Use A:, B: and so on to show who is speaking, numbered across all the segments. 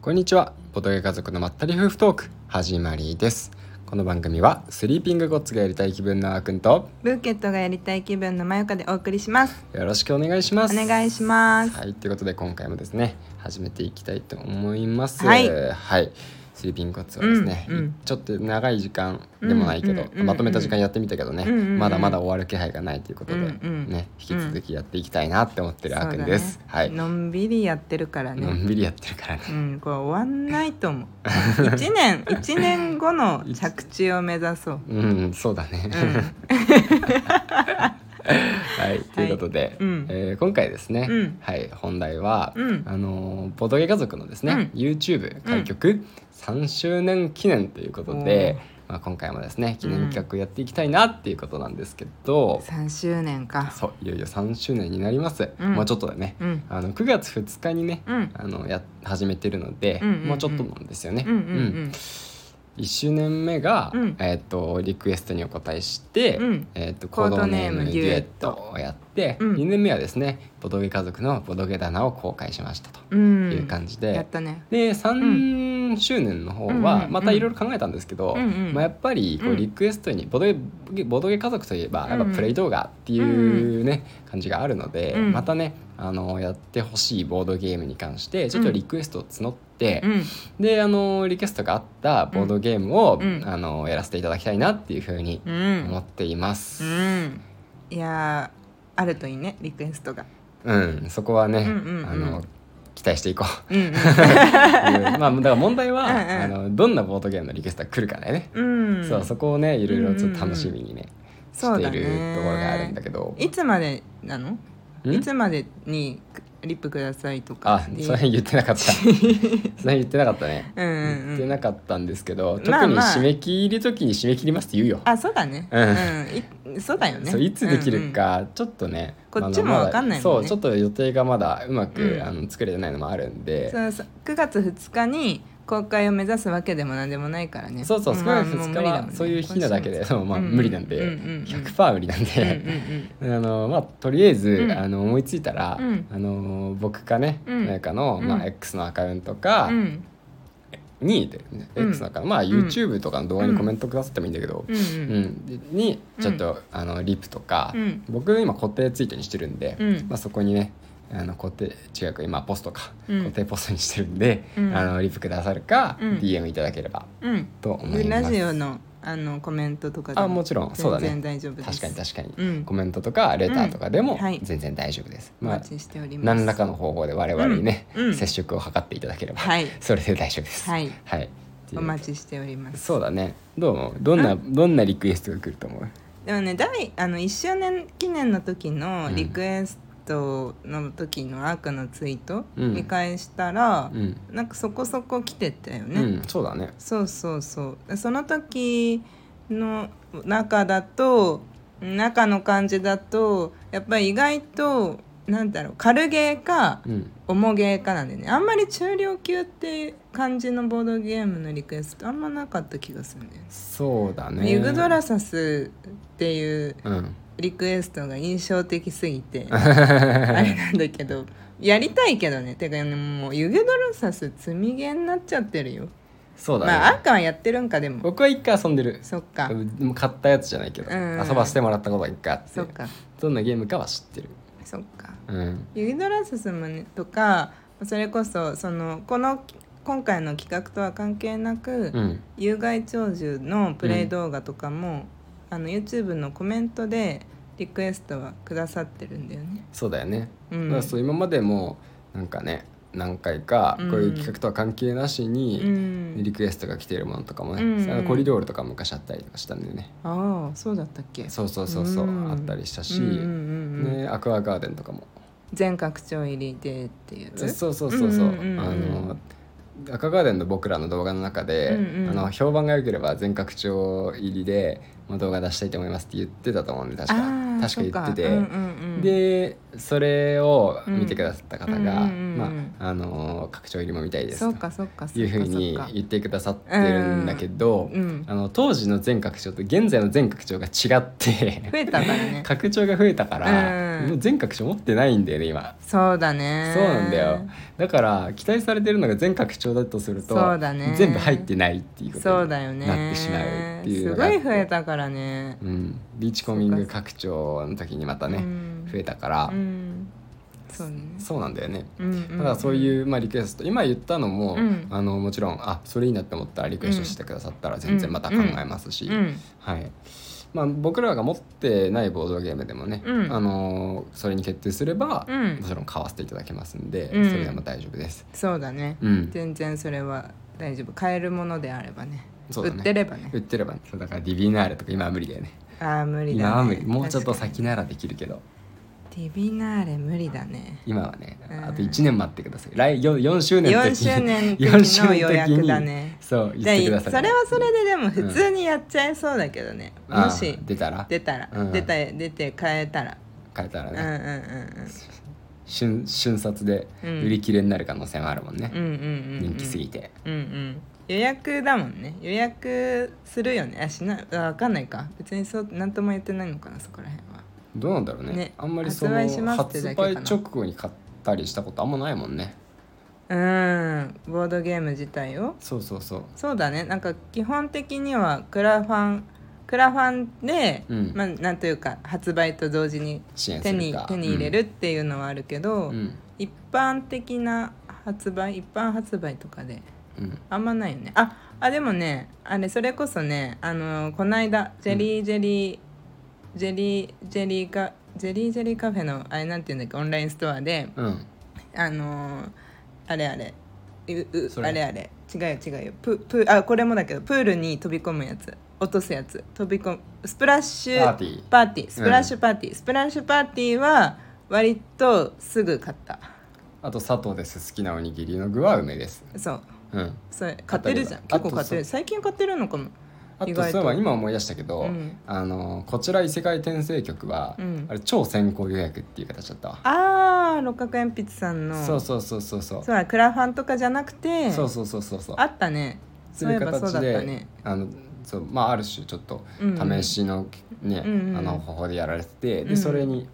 A: こんにちはボドゲ家族のまったり夫婦トーク始まりですこの番組はスリーピングゴッツがやりたい気分のあーくんと
B: ブーケットがやりたい気分のまよかでお送りします。
A: よろしくお願いしま
B: お
A: す
B: 願いします。
A: はいということで今回もですね始めていきたいと思います
B: はい
A: はいスリーピングゴッツはですね、
B: うんうん
A: ちょっと長い時間でもないけど、
B: うんうんうん
A: まとめた時間やってみたけどね、
B: うんうんうん
A: まだまだ終わる気配がないということで、
B: うんうん
A: ね引き続きやっていきたいなって思ってるあーくんです、
B: そうだね
A: はい
B: のんびりやってるから
A: の
B: ね。
A: んびりやってるからね
B: うん、これ終わんないと思う。一年、一年後の着地を目指そう。
A: うん、そうだね。はい、ということで、
B: うん
A: えー今回ですね、
B: うん
A: はい、本題は、
B: うん
A: あのーボドゲ家族のですね、
B: う
A: YouTube 開局3周年記念ということで、まあ今回もですね、記念企画やっていきたいなっていうことなんですけ ど、
B: 三周年か。
A: そういよいよ3周年になります。
B: うん
A: もうちょっとでね、
B: うん
A: あの9月2日にね、
B: うん
A: あのや始めてるので、
B: うんうんうん
A: もうちょっとなんですよね。
B: うんうん
A: 1周年目が、
B: うん
A: えー、とリクエストにお答えして、
B: うん
A: えー、とコー
B: コー
A: ド
B: ド
A: ネー
B: ネー
A: ム
B: ム
A: デュエットをやって、
B: うん
A: 2年目はですねボドゲ家族のボドゲ棚を公開しましたと
B: うん。うん。
A: いう感じ
B: や
A: で
B: っ、たね。
A: で3周年の方
B: うん
A: は
B: うん
A: またいろいろ考えたんですけど、
B: うんうん
A: まあ、やっぱりこ
B: う
A: うんリクエストにボドゲボドゲ家族といえばやっぱ
B: うんうん
A: プレイ動画っていうね、感じがあるので、
B: うん
A: またねあのやってほしいボードゲームに関してちょっとリクエストを募って。
B: うん。
A: であのリクエストがあったボードゲームを、
B: うん
A: あのやらせていただきたいなっていうふうに
B: うん
A: 思。っています
B: う。ん。いやー、あるといいね、リクエストが。
A: うん、そこはね、
B: うんうんうん
A: あの期待していこう。
B: うん
A: う
B: うん。
A: んまあだから問題は
B: うんうん
A: あのどんなボードゲームのリクエストが来るかだよね。
B: うん。
A: そうそこをねいろいろちょっと楽しみにね、
B: そう
A: し
B: だ
A: てい
B: ね
A: るところがあるんだけど。
B: いつまでなの
A: ん
B: いつまでにリップくださいとか
A: あ、その辺言ってな かった。その辺言ってなかったね。
B: うんうん
A: 言っ
B: う
A: て
B: ん
A: なかったんですけど、特
B: まあ
A: に
B: まあ
A: 締め切り時に締め切りますって言うよ。
B: あそうだね
A: うん
B: うんいそうだよね
A: そういつできるかちょっとね、
B: こっち
A: あ
B: も
A: のまだ
B: わかんないも
A: そ
B: ん
A: う
B: ね
A: ちょっと予定がまだうまく、
B: うん
A: あの作れてないのもあるんで
B: うんうんそうそう9月2日に公開を目指すわけでもなんでもないからね
A: そうそう少
B: ま
A: な
B: あ
A: い2
B: も
A: 日
B: 無理だ
A: は
B: もんね
A: そういう日なだけで、そうまあ
B: うんうん
A: 無理なんで、
B: うんうんうん
A: 100%無理なん
B: うんうん
A: で、 あのまあとりあえず、
B: うん
A: あの思いついたら、
B: うん
A: あの僕かね、
B: うん
A: なんかの、ま
B: う
A: あ、
B: ん
A: X のアカウントか
B: うんうん
A: に、ね
B: うん
A: X のアカウントまあ YouTube とかの動画にコメントくださってもいいんだけど、
B: うん
A: うん
B: うん
A: にちょっと、あのリプとか、
B: うん
A: 僕今固定ツイートにしてるんで、
B: うん
A: まあ、そこにねあの固定違う今ポストか、
B: うん
A: 固定ポストにしてるんで、
B: うん
A: あのリプくださるか、
B: うん
A: DM いただければ
B: うん
A: と思
B: で
A: いま
B: ラ
A: す。
B: ジオのあのコメントとかで
A: あもちろんそうだね
B: 全然大丈夫です
A: 確かに確かに、
B: うん
A: コメントとかレターとかでも
B: うんはい
A: 全然大丈夫です、
B: お
A: まあ
B: 待ちしております
A: 何らかの方法で我々にね、
B: うんうん
A: 接触を図っていただければ、
B: はい
A: それで大丈夫です
B: はい
A: っていう
B: お待ちしております
A: そうだねどうもどんなどんなリクエストが来ると思う
B: でもね第あの1周年記念の時のリクエストの時のアークのツイート
A: うん
B: 見返したら、
A: うん、
B: なんかそこそこ来てたよね、
A: うん、そうだね
B: そうそうそうその時の中だと中の感じだとやっぱり意外となんだろう軽ゲーか
A: うん
B: 重ゲーかなんでねあんまり中量級っていう感じのボードゲームのリクエストあんまなかった気がするんだよね
A: そうだね
B: ユグドラサスっていう
A: うん
B: リクエストが印象的す ぎてあれなんだけどやりたいけどねてかねもう湯気ドロサス積みゲーになっちゃってるよ、
A: そうだね、
B: まああんかはやってるんかでも
A: 僕は一回遊んでる
B: そっか
A: でも買ったやつじゃないけど、
B: うん
A: 遊ばせてもらったことが一回あって
B: そっか
A: どんなゲームかは知ってる
B: そっか
A: うん
B: 湯気ドロサスもねとかそれこそそのこの今回の企画とは関係なく、
A: うん
B: 有害鳥獣のプレイ動画とかも、あの YouTube のコメントでリクエストはくださってるんだよね
A: そうだよね、
B: うん
A: だからそう今までもなんかね何回か
B: うん
A: こういう企画とは関係なし
B: う
A: に
B: ん
A: リクエストが来てるものとかもね、
B: うん
A: あのコリドールとか昔あったりとかしたんだよね、
B: ああそうだったっけ
A: そうそうそうそう、
B: うん
A: あったりしたし、
B: うんうんうんうん
A: ね、アクアガーデンとかも、
B: 全拡張入りでっていうやつ
A: そうそうそうそう,、
B: うんうんうん
A: あのアクアガーデンの僕らの動画の中で、
B: うんうん
A: あの評判が良ければ全拡張入りで、まあ、動画出したいと思いますって言ってたと思うんで確か
B: あー
A: 確か言ってて、
B: そかうんうんうん
A: でそれを見てくださった方が、
B: うんうんうんうん
A: まああのー拡張入りも見たいです
B: そ
A: と
B: うかそうかそ
A: いう
B: うか
A: ふうに
B: そうか
A: 言ってくださってるんだけど、
B: うん
A: あの当時の全拡張と現在の全拡張が違って
B: 増えたから ね
A: 拡張が増えたから、
B: うん
A: もう全拡張持ってないんだよね今。
B: そうだね
A: そうなんだよだから期待されてるのが全拡張だとすると
B: そうだね
A: 全部入ってないっていうこ
B: そ
A: と
B: う
A: に
B: だよね
A: なってしまうっていう
B: す
A: の
B: ご
A: があって
B: い増えたからね
A: うん、リーチコミング拡張の時にまたね、
B: うん
A: 増えたから、
B: うんそうね
A: そうなんだよね。
B: うんうんうん
A: ただそういう、まあ、リクエスト今言ったのも、
B: うん
A: あのもちろんあそれいいなって思ったらリクエストしてくださったら全然また考えますし、
B: うん
A: はいまあ、僕らが持ってないボードゲームでもね、
B: うん
A: あのそれに決定すれば、
B: うん
A: もちろん買わせていただけますんで、
B: うん
A: それでも大丈夫です。
B: そうだね
A: うん、
B: 全然それは大丈夫買えるものであればね
A: そう
B: 売
A: だ
B: っ
A: ね
B: てればね
A: 売ってればねそうだからディビナーレとか今は無理だよね
B: ああ無理だね
A: 今は無理もうちょっと
B: 確か
A: 先ならできるけど
B: にディビナーレ無理だね
A: 今はね
B: うん
A: あと1年待ってください来 4, 四周年の
B: 4
A: 時
B: 周年の
A: 四
B: 時
A: 周
B: の
A: 年
B: 予
A: の時に
B: 約だね
A: そう
B: じゃ
A: 言
B: あ
A: っ
B: い
A: て
B: そ
A: くだ
B: れ
A: さい
B: はそれででも普通にやっちゃいそうだけどね、
A: ああ
B: もし
A: 出たら
B: 出たら、
A: うん
B: 出た出て変えたら、
A: 変えたら
B: うん
A: ね、
B: うんうん
A: 瞬瞬殺で
B: うん
A: 売り切れになる可能性もあるもんね
B: うんう、んうんうん
A: 人気すぎて
B: うんうん予約だもんね予約するよねあしなあわかんないか別にそう何とも言ってないのかなそこら辺は
A: どうなんだろうね
B: ね
A: あんまりその
B: 発売しますって
A: 発
B: だけか
A: 売
B: な
A: 直後に買ったりしたことあんまないもんね
B: うんボードゲーム自体を
A: そうそうそう
B: そうだねなんか基本的にはクラファンクラファンで、
A: うん
B: まあなんというか発売と同時に
A: 支援す
B: 手
A: る
B: に
A: か
B: 手に入れるっていうのはあるけど、
A: うんうん
B: 一般的な発売一般発売とかで
A: うん
B: あんまないよねああでもねあれそれこそねあのこないだジェリージェリー、ジェリージェリーかジェリージェリーカフェのあれなんていうんだっけオンラインストアで
A: うん
B: あのーあれあれうう
A: それ
B: あれあれ違うよ違うよププあこれもだけどプールに飛び込むやつ落とすやつ飛び込むスプラッシュ
A: パーティー
B: パーティースプラッシュパーティー、スプラッシュパーティーは割とすぐ買った
A: あと佐藤です好きなおにぎりの具は梅です
B: そう
A: うん
B: それ買ってるじゃん
A: あ
B: 結
A: と
B: 構買ってる最近買ってるのかも
A: あ
B: 意
A: と
B: 外と
A: そういえば今思い出したけど、
B: うん
A: あのこちら異世界転生局は、
B: うん
A: あれ超先行予約っていう形だったわ、
B: あー六角鉛筆さんの
A: そうそうそうそうそう
B: そうだクラファンとかじゃなくて
A: そうそうそうそうそう
B: あったね
A: そ
B: そうう
A: い
B: いうえばそう
A: 形
B: だっ
A: で
B: たね
A: あのそうまあある種ちょっと
B: うんうん
A: 試しのね、
B: うんうん
A: あの方法でやられてて、
B: うんう
A: で
B: ん
A: それに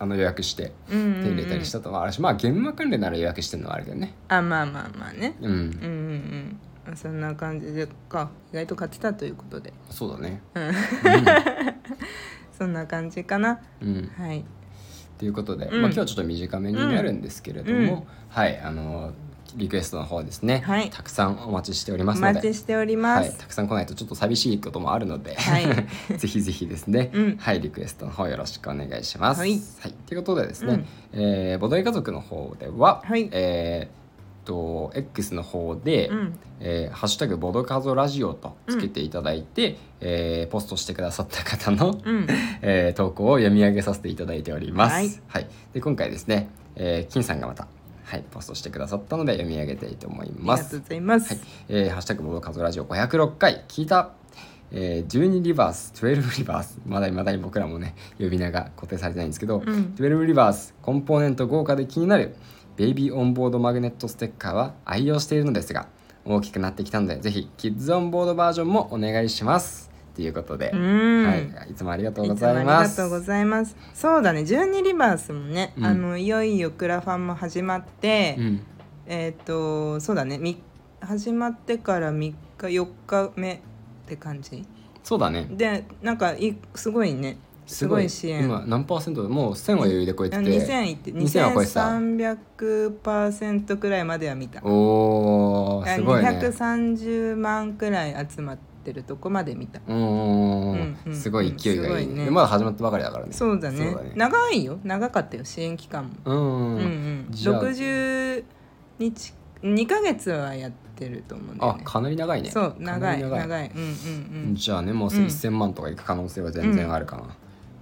A: あの予約して
B: 手
A: 手に入れたりしたともあるし、まあ現場関連なら予約してるのはあるけどね
B: あまあまあまあね
A: うん、
B: うんうんうんそんな感じでか意外と買ってたということで
A: そうだね
B: うんそんな感じかな
A: うん
B: はい
A: ということで、
B: うん
A: まあ、今日はちょっと短めになるんですけれども、
B: うんうん
A: はいあのリクエストの方ですね、
B: はい
A: たくさんお待ちしており
B: お
A: ますので
B: 待ちしており
A: は
B: ま
A: い、
B: す
A: たくさん来ないとちょっと寂しいこともあるので、
B: はい
A: ぜひぜひですね、
B: うん
A: はいリクエストの方よろしくお願いします。
B: はい
A: ということでですね、えーボドゲ家族の方では、
B: はい
A: えーっと X の方で、
B: うん
A: えーハッシュタグボドカゾラジオ」とつけていただいて、えーポストしてくださった方の、
B: うん
A: えー投稿を読み上げさせていただいております。は
B: はいい、
A: で今回ですね、えー金さんがまた、はい、ポストしてくださったので読み上げたいと思い
B: ありが
A: ま
B: と
A: す
B: う。ございます、
A: はい、えーハッシュタグボードカズラジオ506回聞いた、えー、12リバース、12リバース、まだまだに僕らもね、呼び名が固定されてないんですけど、
B: うん
A: 12リバース、コンポーネント豪華で気になる、ベイビーオンボードマグネットステッカーは愛用しているのですが、大きくなってきたので、ぜひ、キッズオンボードバージョンもお願いします。ということで、
B: うん
A: はい、いつもありがとう
B: い
A: ご
B: つもあ
A: ざい
B: り
A: ま
B: が
A: す。
B: とうございます。そうだね、12リバースもね、
A: うん
B: あのいよいよクラファンも始まって、
A: うん、
B: えっ、とそうだね、み始まってから3日4日目って感じ。
A: そうだね。
B: で、なんかいすごいね、すごい支援。
A: 今何パーセントもう1000は余裕で超えてて。
B: 2000いって
A: 2000は超えてた
B: 2300%くらいまでは見た。
A: おー、すごいね。
B: 230万くらい集まってるとこまで見た。
A: うんうんうん
B: うんう
A: うん
B: ん
A: すごい勢いがいい,、
B: すご
A: ね
B: いね
A: でまだ始まったばかりだからね
B: そうだね
A: そうだね
B: 長いよ、長かったよ、支援期間も。
A: うん、
B: う
A: うん、
B: うんん、
A: じゃあ
B: 60日2ヶ月はやってると思うんだよ
A: あ
B: ね
A: かなり長いね
B: そう長い
A: か
B: 長
A: ないり長い
B: うんうんうん
A: じゃあねもうすぐ1000万とかいく可能性は全然あるかな、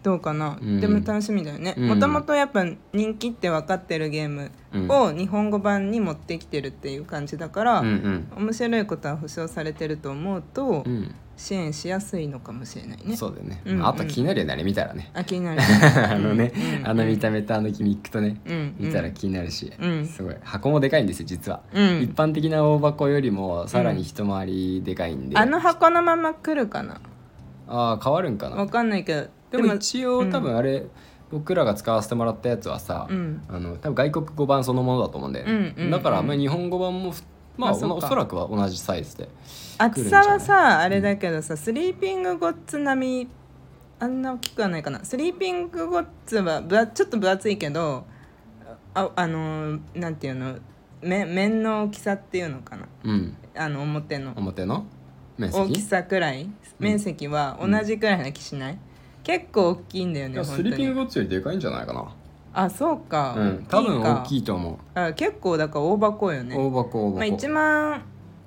B: どうかな、
A: うん
B: でも楽しみだよね
A: うん
B: もともとやっぱ人気って分かってるゲームを日本語版に持ってきてるっていう感じだから、
A: うんうん
B: 面白いことは保証されてると思うと、
A: うん
B: 支援しやすいのかもしれないね
A: そうだよね、
B: うん
A: まあ、あと気になるよねあれ見たらね
B: あ気になる
A: あのね、
B: うん
A: あの見た目とあのギミックとね、
B: うん
A: 見たら気になるし、
B: うん
A: すごい箱もでかいんですよ実は、
B: うん
A: 一般的な大箱よりもさらに一回りでかいんで、
B: あの箱のまま来るかな
A: あー変わるんかな
B: わかんないけど
A: でも一応多分あれ、僕らが使わせてもらったやつはさ、
B: うん
A: あの多分外国語版そのものだと思うんで、
B: うんうんうん
A: だからまあ日本語版もふまあ
B: あそっか
A: おそらくは同じサイズで
B: 厚さはさあれだけどさ、スリーピングゴッツ並みあんな大きくはないかなスリーピングゴッツはぶわちょっと分厚いけどああのーなんていうのめ面の大きさっていうのかな
A: うん
B: あの表の
A: 表の面
B: 大き
A: 積
B: さくらい面積は同じくらいな気しない、結構大きいんだよ
A: い
B: ね
A: や
B: 本当
A: スリーピング
B: に
A: ゴッツよりでかいんじゃないかな
B: あそうか、
A: うん多分大き
B: い
A: いと思
B: かあ結構だから大箱よ
A: う、
B: ね
A: 大箱大箱、
B: まあ、1万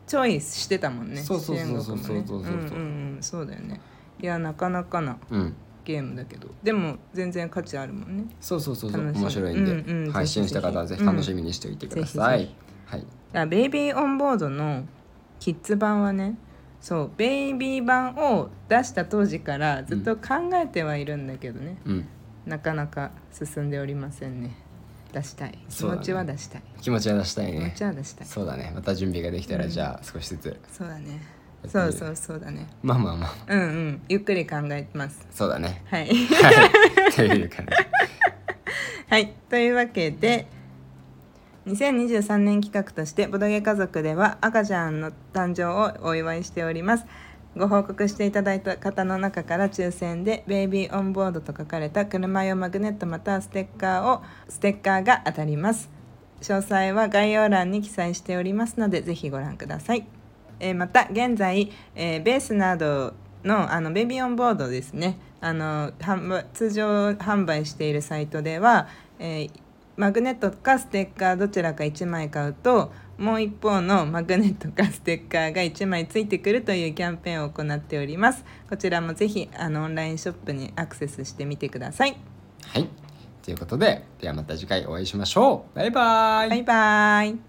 B: ちょいしてたもんね
A: そうそうそうそう
B: 支援額もね
A: そうそうそう
B: う
A: そうん
B: うんうんそうだよねいやなかなかな
A: うん
B: ゲームだけどでも全然価値あるもんね
A: そうそうそうそう
B: 楽しい
A: 面白いんで、
B: うんうん
A: 配信し
B: ぜひぜひ
A: た方はぜひ楽しみにしておいてください、
B: うんぜ
A: はい
B: あベイビーオンボードのキッズ版はねそうベイビー版を出した当時からずっと考えてはいるんだけどね、
A: うん
B: なかなか進んでおりませんね出したい気
A: そうだ
B: 持
A: ね
B: ちは出したい、
A: 気持ちは出したい
B: 気持
A: ね
B: ちは出したい
A: そうだねまた準備ができたらじゃあ少しずつ、
B: そうだね
A: やってみ
B: そ
A: る
B: うそうそうだね
A: まあまあまあ
B: うんうんゆっくり考えます
A: そうだね
B: は
A: は
B: い
A: い という感じ
B: はい、というわけで2023年企画としてボドゲ家族では赤ちゃんの誕生をお祝いしておりますご報告していただいた方の中から抽選で「ベイビーオンボード」と書かれた車用マグネットまたはステッカーをステッカーが当たります詳細は概要欄に記載しておりますのでぜひご覧ください、えーまた現在、えーベースなどのあのベビーオンボードですねあの販売通常販売しているサイトでは、えーマグネットかステッカーどちらか1枚買うともう一方のマグネットかステッカーが1枚ついてくるというキャンペーンを行っておりますこちらもぜひあのオンラインショップにアクセスしてみてください
A: はいということでではまた次回お会いしましょうバイバイ
B: バイバイ